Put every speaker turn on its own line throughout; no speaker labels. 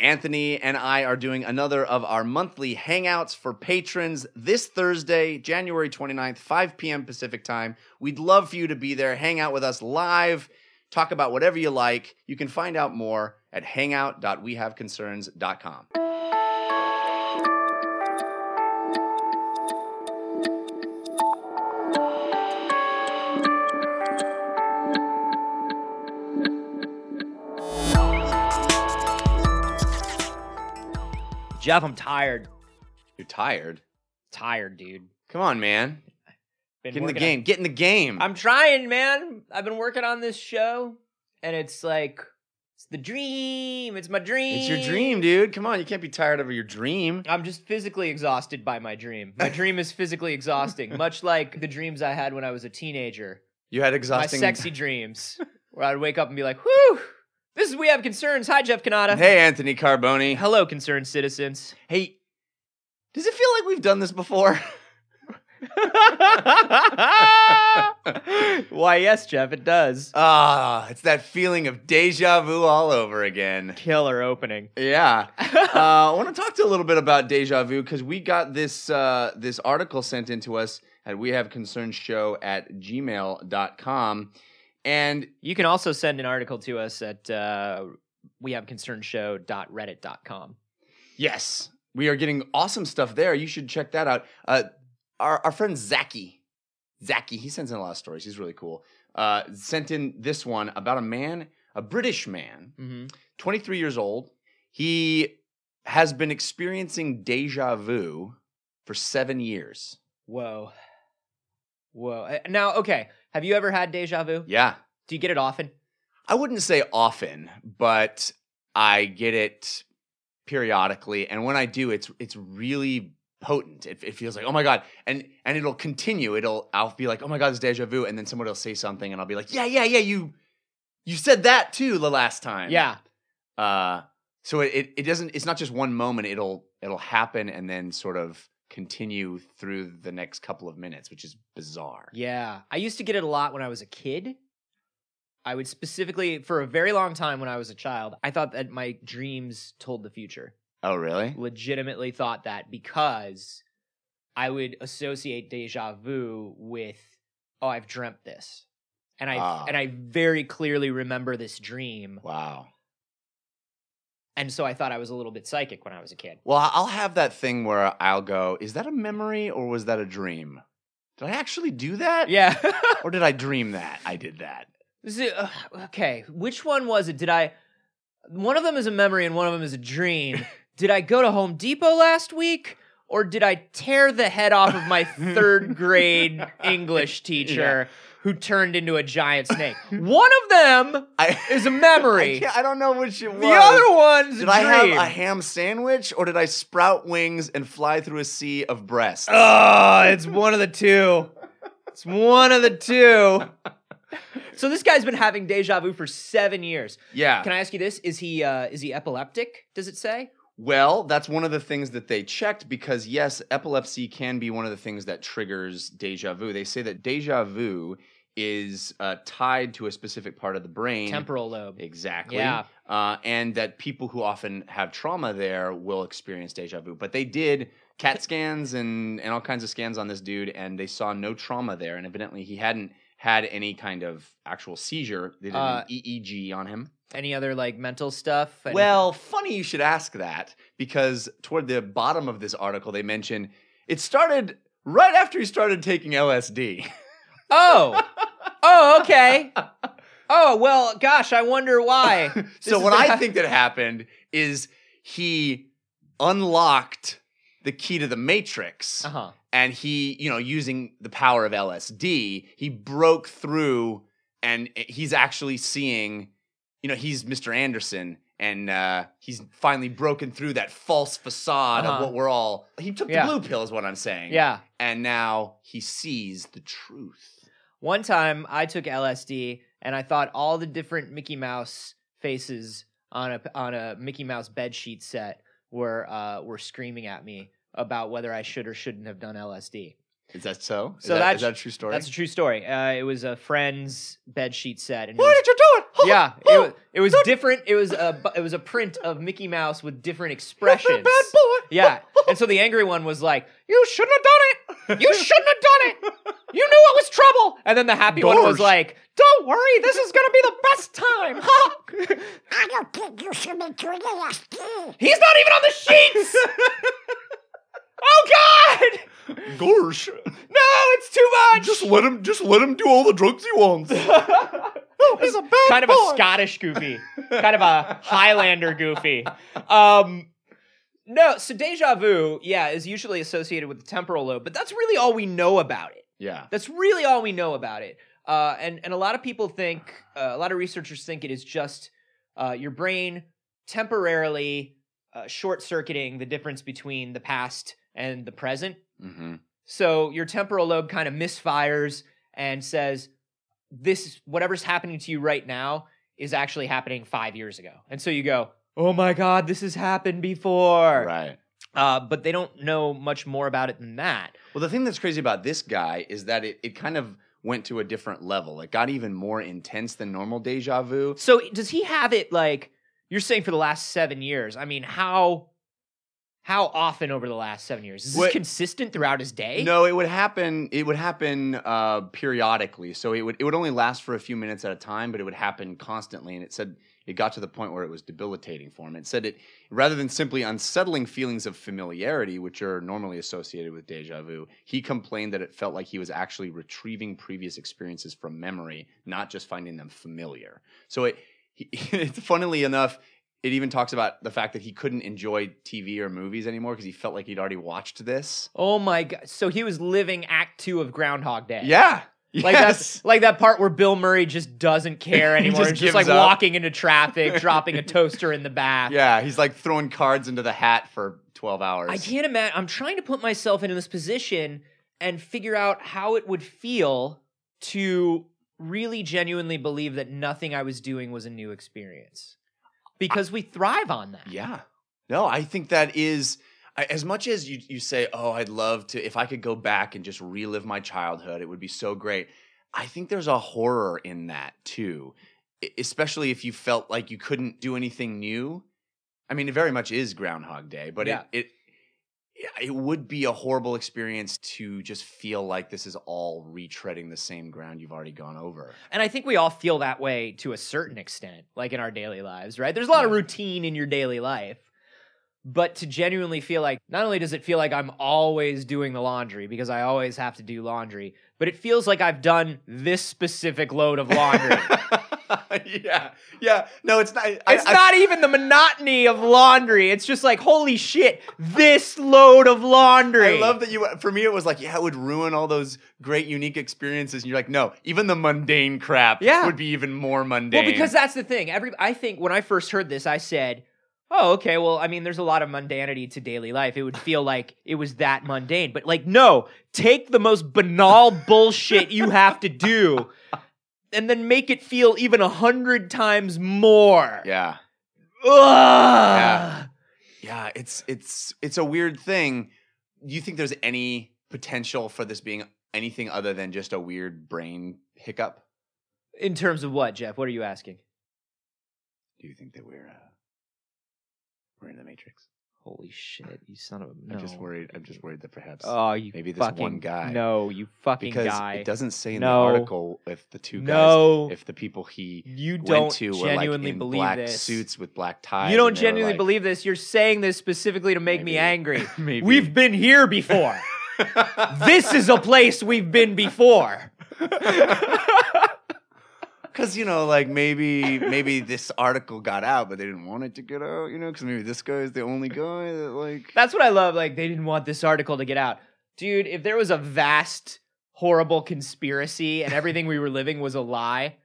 Anthony and I are doing another of our monthly hangouts for patrons this Thursday, January 29th, 5 p.m. Pacific time. We'd love for you to be there, hang out with us live, talk about whatever you like. You can find out more at hangout.wehaveconcerns.com.
Jeff, I'm tired.
You're tired.
Tired, dude.
Come on, man.
Been
Get in the
working
game. Get in the game.
on- I'm trying, man. I've been working on this show, and it's like it's the dream. It's my dream.
it's your dream, dude. Come on. You can't be tired of your dream.
I'm just physically exhausted by my dream. My dream is physically exhausting, much like the dreams I had when I was a teenager.
You had exhausting.
My sexy dreams, where I'd wake up and be like, "Whew, this is we have concerns." Hi, Jeff Kanata.
Hey, Anthony Carboni.
Hello, concerned citizens.
Hey, does it feel like we've done this before?
Why, yes, Jeff, it does.
Ah, it's that feeling of deja vu all over again.
Killer opening.
Yeah. Uh, I want to talk to you a little bit about deja vu because we got this uh, this article sent in to us at we have concerns show at gmail.com. And
You can also send an article to us at uh, wehaveconcernshow.reddit.com.
yes, we are getting awesome stuff there. You should check that out. Uh, our, our friend Zachy, Zachy, he sends in a lot of stories. He's really cool. Uh, sent in this one about a man, a British man,
Mm-hmm.
23 years old. He has been experiencing deja vu for seven years.
Whoa. Whoa. Uh, Now, okay. Have you ever had deja vu?
Yeah.
Do you get it often?
I wouldn't say often, but I get it periodically. And when I do, it's it's really potent. It, it feels like, oh my God. And and it'll continue. It'll I'll be like, oh my God, it's deja vu. And then someone will say something and I'll be like, yeah, yeah, yeah, you you said that too the last time.
Yeah.
Uh, so it, it it doesn't. It's not just one moment. It'll it'll happen and then sort of continue through the next couple of minutes, which is bizarre.
Yeah. I used to get it a lot when I was a kid. I would specifically, for a very long time when I was a child, I thought that my dreams told the future.
Oh, really?
legitimately thought that because I would associate deja vu with oh I've dreamt this. And I
Ah.
and I very clearly remember this dream.
Wow.
And so I thought I was a little bit psychic when I was a kid.
Well, I'll have that thing where I'll go. Is that a memory or was that a dream? Did I actually do that?
Yeah.
Or did I dream that I did that?
Is it- ugh, okay, which one was it? Did I one of them is a memory and one of them is a dream. Did I go to Home Depot last week? Or did I tear the head off of my third grade English teacher who turned into a giant snake? One of them
I
is a memory.
I, can't- I don't know which it was.
The other one's
Did
a
I have
dream.
a ham sandwich or did I sprout wings and fly through a sea of breasts?
Oh, it's one of the two. It's one of the two. So this guy's been having deja vu for seven years.
yeah.
Can I ask you this? Is he uh, is he epileptic? Does it say?
Well, that's one of the things that they checked because, yes, epilepsy can be one of the things that triggers deja vu. They say that deja vu is uh, tied to a specific part of the brain.
Temporal lobe.
Exactly.
Yeah.
Uh, and that people who often have trauma there will experience deja vu. But they did CAT scans and, and all kinds of scans on this dude, and they saw no trauma there. And evidently, he hadn't had any kind of actual seizure. They did
Uh,
an EEG on him.
Any other like mental stuff? Any-
Well, funny you should ask that because toward the bottom of this article, they mention it started right after he started taking LSD.
Oh. Oh, okay. Oh, well, gosh, I wonder why.
so,
is
what
the
I
guy-
think that happened is he unlocked the key to the matrix
Uh-huh.
and he, you know, using the power of LSD, he broke through and he's actually seeing, you know, he's Mr. Anderson. And uh, he's finally broken through that false facade of
Uh-huh.
what we're all. He took
Yeah.
the blue pill, is what I'm saying.
Yeah.
And now he sees the truth.
One time I took LSD and I thought all the different Mickey Mouse faces on a on a Mickey Mouse bedsheet set were uh, were screaming at me about whether I should or shouldn't have done LSD.
Is that so? Is
So
that-
that's-
is that a true story?
That's a true story. Uh, it was a friend's bed sheet set. And it
what
was-
did you do? It?
yeah, it was, it was different. It was a bu- it was a print of Mickey Mouse with different
You're a
expressions.
bad boy.
Yeah, and so the angry one was like, "You shouldn't have done it. You shouldn't have done it. You knew it was trouble." And then the happy one was
Gosh.
like, "Don't worry, this is gonna be the best time." Ha!
I don't think you should be doing this.
He's not even on the sheets. oh God!
Gorsh.
No, it's too much.
Just let him. Just let him do all the drugs he wants. He's a bad
kind of
boy.
a Scottish goofy, kind of a Highlander goofy. Um, no, so deja vu, yeah, is usually associated with the temporal lobe, but that's really all we know about it.
Yeah.
That's really all we know about it. Uh, and and a lot of people think, uh, a lot of researchers think it is just uh, your brain temporarily uh, short circuiting the difference between the past and the present.
Mm-hmm.
So your temporal lobe kind of misfires and says, "This whatever's happening to you right now is actually happening five years ago." And so you go, "Oh my god, this has happened before."
Right.
Uh, but they don't know much more about it than that.
Well, the thing that's crazy about this guy is that it, it kind of went to a different level. It got even more intense than normal deja vu.
So does he have it like you're saying for the last seven years? I mean, how how often over the last seven years is this
What-
consistent throughout his day?
No, it would happen. It would happen uh, periodically. So it would it would only last for a few minutes at a time, but it would happen constantly. And it said it got to the point where it was debilitating for him. It said it rather than simply unsettling feelings of familiarity, which are normally associated with deja vu. He complained that it felt like he was actually retrieving previous experiences from memory, not just finding them familiar. So it, he, it's funnily enough. It even talks about the fact that he couldn't enjoy TV or movies anymore because he felt like he'd already watched this.
Oh my god! So he was living Act Two of Groundhog Day.
Yeah.
Like
yes.
that's like that part where Bill Murray just doesn't care
He
anymore.
just
It's just
gives
like
up.
walking into traffic, dropping a toaster in the bath.
yeah, he's like throwing cards into the hat for 12 hours.
I can't imagine. I'm trying to put myself into this position and figure out how it would feel to really genuinely believe that nothing I was doing was a new experience. Because we thrive on that.
Yeah. No, I think that is I- as much as you you say, "Oh, I'd love to if I could go back and just relive my childhood, it would be so great." I think there's a horror in that too. e- Especially if you felt like you couldn't do anything new. I mean, it very much is Groundhog Day, but
Yeah.
it, it it would be a horrible experience to just feel like this is all retreading the same ground you've already gone over.
And I think we all feel that way to a certain extent, like in our daily lives, right? There's a lot of
Yeah.
routine in your daily life. But to genuinely feel like, not only does it feel like I'm always doing the laundry because I always have to do laundry, but it feels like I've done this specific load of laundry.
yeah, yeah. No, it's not. I-
it's
I-
not even the monotony of laundry. It's just like, holy shit, this load of laundry.
I love that you. For me, it was like, yeah, it would ruin all those great, unique experiences. And you're like, no, even the mundane crap
Yeah.
would be even more mundane.
Well, because that's the thing. Every I think when I first heard this, I said, "Oh, okay. Well, I mean, there's a lot of mundanity to daily life. It would feel like it was that mundane." But like, no, take the most banal bullshit you have to do, and then make it feel even a hundred times more.
yeah,
Ugh.
Yeah. yeah, it's it's it's a weird thing. Do you think there's any potential for this being anything other than just a weird brain hiccup?
In terms of what, Jeff? What are you asking?
Do you think that we're uh, we're in the matrix?
Holy shit, you son of a
I'm just worried. I'm just worried that perhaps
Oh, you
Maybe this
fucking
one guy.
No, you fucking
because
guy.
it doesn't say in
No.
the article if the two guys,
no,
if the people he
you
went
don't
to were like
genuinely
in
believe
black
this.
suits with black ties.
you don't
and they were
genuinely
like,
believe this. You're saying this specifically to make me
Maybe.
angry.
Maybe.
We've been here before. this is a place we've been before.
Because you know, like maybe maybe this article got out, but they didn't want it to get out. You know, because maybe this guy is the only guy that like.
That's what I love. Like they didn't want this article to get out, dude. If there was a vast, horrible conspiracy and everything we were living was a lie,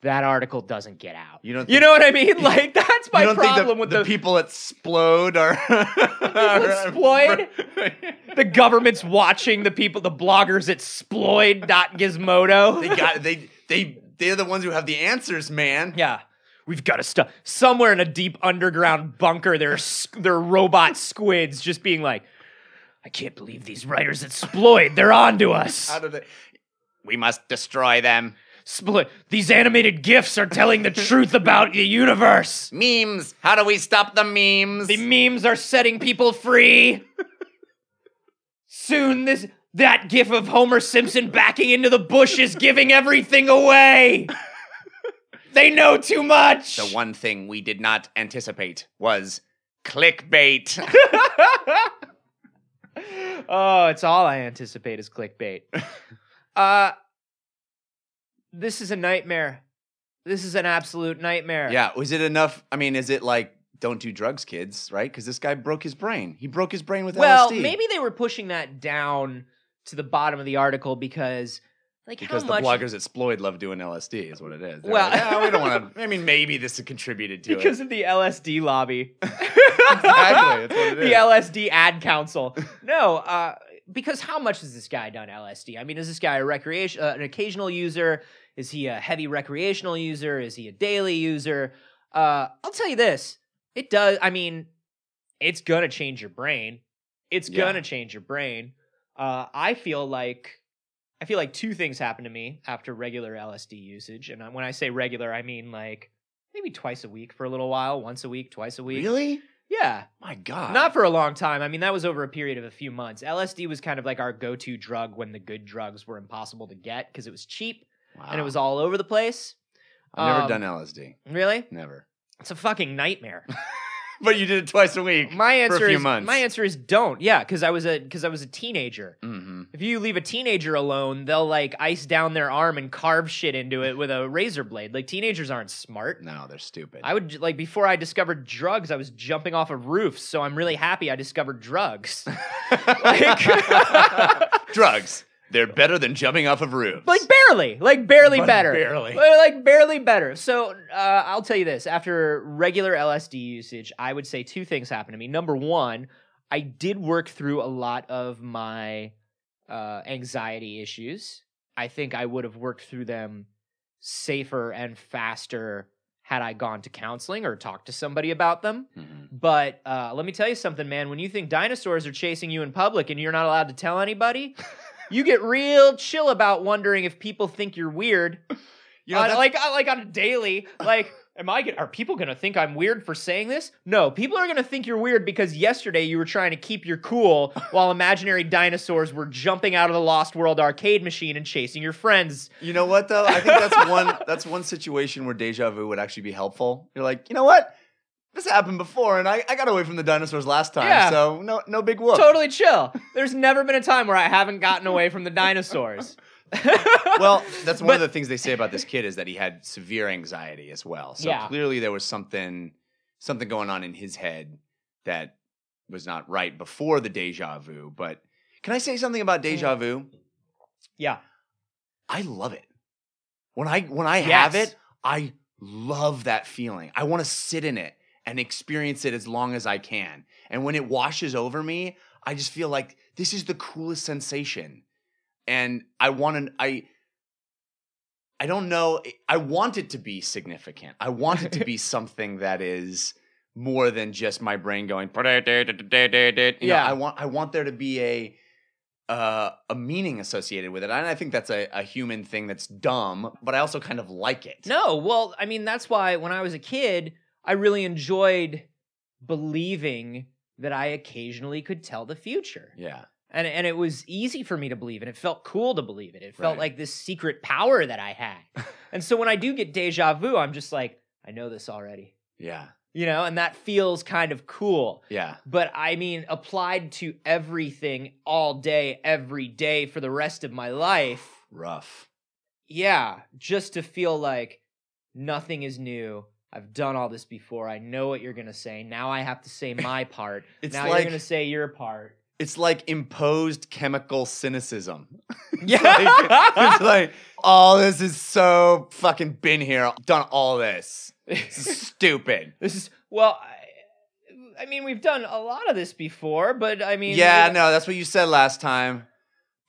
that article doesn't get out.
you don't.
You
think-
know what I mean? Like that's
you
my
don't think
problem
the,
with
the,
the
people explode or
exploit? the government's watching the people, the bloggers at Sploid.gizmodo.
they got they they they're the ones who have the answers, man.
yeah. We've got to stop. Somewhere in a deep underground bunker, there are, s- there are robot squids just being like, I can't believe these writers at Sploid. They're onto us.
How did it? We must destroy them.
Sploid. These animated GIFs are telling the truth about the universe.
Memes. How do we stop the memes?
The memes are setting people free. Soon this that gif of Homer Simpson backing into the bush is giving everything away. they know too much.
the one thing we did not anticipate was clickbait.
oh, it's all I anticipate is clickbait. uh this is a nightmare. This is an absolute nightmare.
yeah. Was it enough? I mean, is it like don't do drugs, kids? Right? Because this guy broke his brain. He broke his brain with
Well,
LSD.
maybe they were pushing that down to the bottom of the article because like
Because
how
the
much
bloggers at Sploid love doing LSD, is what it is. They're
Well-
like, "Ah, we don't want to. I mean, maybe this has contributed to
because
it.
of the LSD lobby.
Exactly, that's what it
the
is.
LSD ad council. No, uh, because how much has this guy done LSD? I mean, is this guy a recreation, uh, an occasional user? Is he a heavy recreational user? Is he a daily user? Uh, I'll tell you this: it does. I mean, it's gonna change your brain. It's
Yeah.
gonna change your brain. Uh, I feel like. I feel like two things happen to me after regular LSD usage, and when I say regular, I mean like maybe twice a week for a little while, once a week, twice a week.
Really?
Yeah.
My God.
Not for a long time. I mean, that was over a period of a few months. LSD was kind of like our go to drug when the good drugs were impossible to get because it was cheap
Wow.
and it was all over the place.
I've
um,
never done LSD.
Really?
Never.
It's a fucking nightmare.
But you did it twice a week. For
My
a
answer
few
is
months.
my answer is don't. Yeah, because I was a because I was a teenager.
Mm-hmm.
If you leave a teenager alone, they'll like ice down their arm and carve shit into it with a razor blade. Like teenagers aren't smart.
No, they're stupid.
I would like before I discovered drugs, I was jumping off of roofs, so I'm really happy I discovered drugs. Like-
drugs. They're better than jumping off of roofs.
like barely, like barely
But
better,
barely.
Well, like barely better. So uh, I'll tell you this: after regular LSD usage, I would say two things happened to me. Number one, I did work through a lot of my uh, anxiety issues. I think I would have worked through them safer and faster had I gone to counseling or talked to somebody about them.
Mhm.
But uh, let me tell you something, man. When you think dinosaurs are chasing you in public and you're not allowed to tell anybody, you get real chill about wondering if people think you're weird.
You know,
on,
that's-
like, uh, like on a daily, like, am I? Gonna, are people gonna think I'm weird for saying this? No, people are gonna think you're weird because yesterday you were trying to keep your cool while imaginary dinosaurs were jumping out of the Lost World arcade machine and chasing your friends.
You know what though? I think that's one that's one situation where deja vu would actually be helpful. You're like, you know what? This happened before, and I, I got away from the dinosaurs last time,
Yeah.
so no no big whoop.
Totally chill. There's never been a time where I haven't gotten away from the dinosaurs.
Well, that's one
But-
of the things they say about this kid is that he had severe anxiety as well. So
Yeah.
clearly there was something something going on in his head that was not right before the deja vu. But can I say something about deja vu?
yeah.
I love it. When I when I have
Yes.
it, I love that feeling. I want to sit in it and experience it as long as I can. And when it washes over me, I just feel like this is the coolest sensation. And I want to I I don't know, I want it to be significant. I want it to be something that is more than just my brain going yeah
Yeah.
i want i want there to be a uh, a meaning associated with it and i think that's a, a human thing that's dumb but i also kind of like it
No, well, I mean, that's why when I was a kid, I really enjoyed believing that I occasionally could tell the future.
yeah
And and it was easy for me to believe it. It felt cool to believe it. It felt
Right.
like this secret power that I had. and so when I do get deja vu, I'm just like, I know this already.
yeah
You know, and that feels kind of cool.
yeah
But I mean, applied to everything all day, every day for the rest of my life.
rough
yeah, just to feel like nothing is new. I've done all this before. I know what you're gonna say. Now I have to say my part.
It's
now
like-
you're gonna say your part.
it's like imposed chemical cynicism Like, it's
Yeah.
like all this is so fucking been here I've done all this This is
this
stupid
is well. I, I mean, we've done a lot of this before, but I mean,
yeah
we-
no that's what you said last time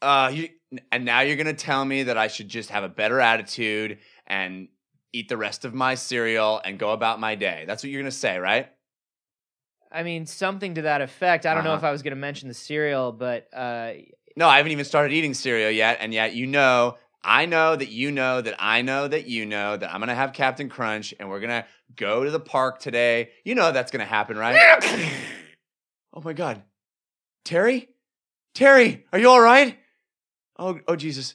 uh you and now you're gonna tell me that i should just have a better attitude and eat the rest of my cereal and go about my day that's what you're gonna say right
I mean, something to that effect. I don't know
Uh-huh.
if I was going to mention the cereal, but uh,
No, I haven't even started eating cereal yet, and yet you know, I know that you know that I know that you know that I'm gonna have Captain Crunch, and we're gonna go to the park today. You know that's gonna happen, right? oh my God, Terry, Terry, are you all right? Oh, oh Jesus,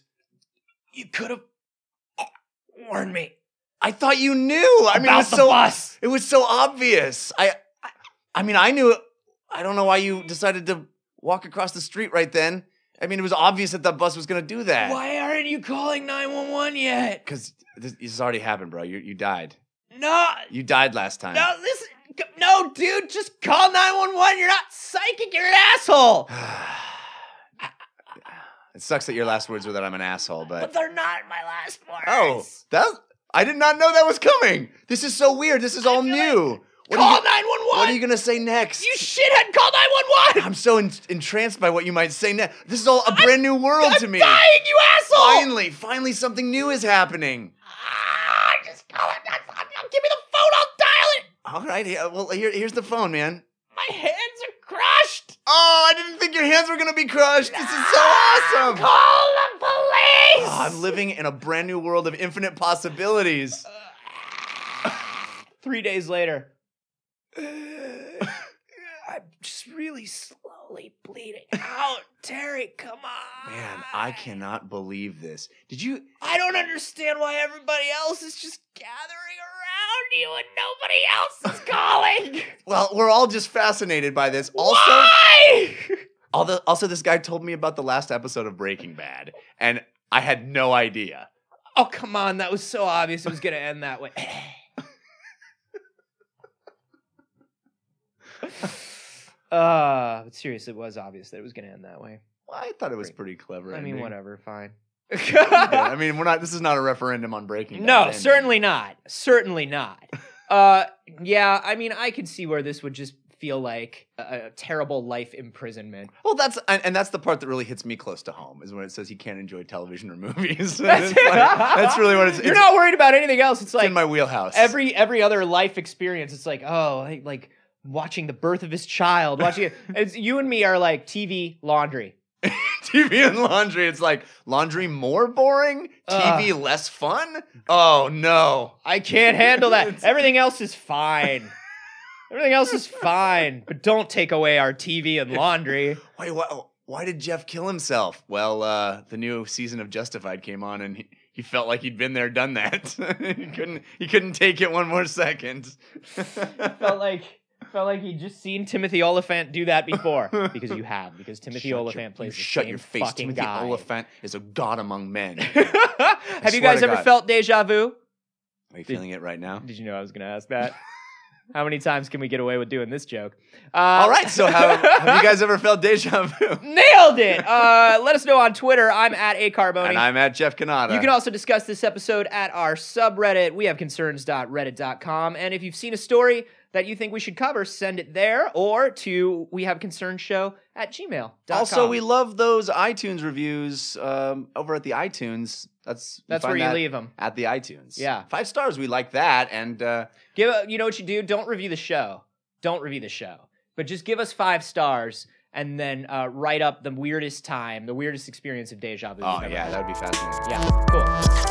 you could have warned me. I thought you knew. I mean, it was so
us.
it was so obvious. I, I, I mean, I knew. I don't know why you decided to walk across the street right then. I mean, it was obvious that the bus was going to do that.
Why aren't you calling nine one one yet?
Because this, this has already happened, bro. You you died.
No,
You died last time.
no, this, no, dude, just call nine one one. You're not psychic. You're an asshole.
it sucks that your last words were that I'm an asshole, but
they're not my last words.
oh, that I did not know that was coming. This is so weird. This is all
feel
new. what, are
call
you,
nine one
what are
one.
you gonna say next?
You shithead, call nine one one.
I'm so en- entranced by what you might say next. This is all a brand new world to me.
Dying, you asshole.
Finally, finally, something new is happening.
Ah, just call it. I- I- I- Give me the phone. I'll dial it.
All right, yeah, well, here, here's the phone, man.
My hands are crushed.
Oh, I didn't think your hands were gonna be crushed. This is so
Ah,
awesome.
Call the police.
Oh, I'm living in a brand new world of infinite possibilities.
Three days later. I'm just really slowly bleeding out. Terry, come on.
Man, I cannot believe this. Did you?
I don't understand why everybody else is just gathering around you and nobody else is calling.
Well, we're all just fascinated by this. Also,
why?
although, also, this guy told me about the last episode of Breaking Bad, and I had no idea.
Oh, come on. That was so obvious it was going to end that way. uh, but seriously, it was obvious that it was going to end that way.
Well, I thought it was pretty clever.
I mean,
ending.
whatever, fine.
Yeah, I mean, we're not. This is not a referendum on Breaking. Bad
no,
ending.
certainly not. Certainly not. Uh, yeah, I mean, I could see where this would just feel like a, a terrible life imprisonment.
Well, that's and, and that's the part that really hits me close to home is when it says he can't enjoy television or movies.
That's,
It's like- that's really what it's,
You're
it's-
not worried about anything else. It's
it's
like
in my wheelhouse.
every every other life experience. It's like oh, like, like watching the birth of his child. Watching it. It's, you and me are like TV laundry.
TV and laundry, it's like laundry more boring,
Uh.
TV less fun. Oh no.
I can't handle that.
It's-
Everything else is fine. Everything else is fine, but don't take away our TV and laundry.
Wait, why, why did Jeff kill himself? Well, uh, the new season of Justified came on and he, he felt like he'd been there, done that. he couldn't he couldn't take it one more second.
felt like felt like he'd just seen Timothy Oliphant do that before because you have because Timothy
Shut
Oliphant
your,
plays
you
the
shut
same
your face.
fucking
Timothy
guy.
Oliphant is a god among men.
have you
swear
guys
to
ever
God.
felt deja vu?
Are you
Did-
feeling it right now?
Did you know I was going to ask that? how many times can we get away with doing this joke? Uh,
All right. So, how, have you guys ever felt deja vu?
nailed it. Uh, let us know on Twitter. I'm at a carboni.
And I'm at Jeff Canada.
You can also discuss this episode at our subreddit. We have concerns.reddit.com. And if you've seen a story that you think we should cover, send it there or to we have concern show at gmail.com.
also, we love those iTunes reviews um, over at the iTunes. That's you
that's
find
where you
that
leave them.
at the iTunes.
Yeah.
five stars. We like that. And uh,
Give a, you know what you do? Don't review the show. Don't review the show. But just give us five stars and then uh, write up the weirdest time, the weirdest experience of deja vu. you've
oh
ever
yeah,
had.
that would be fascinating.
yeah, cool.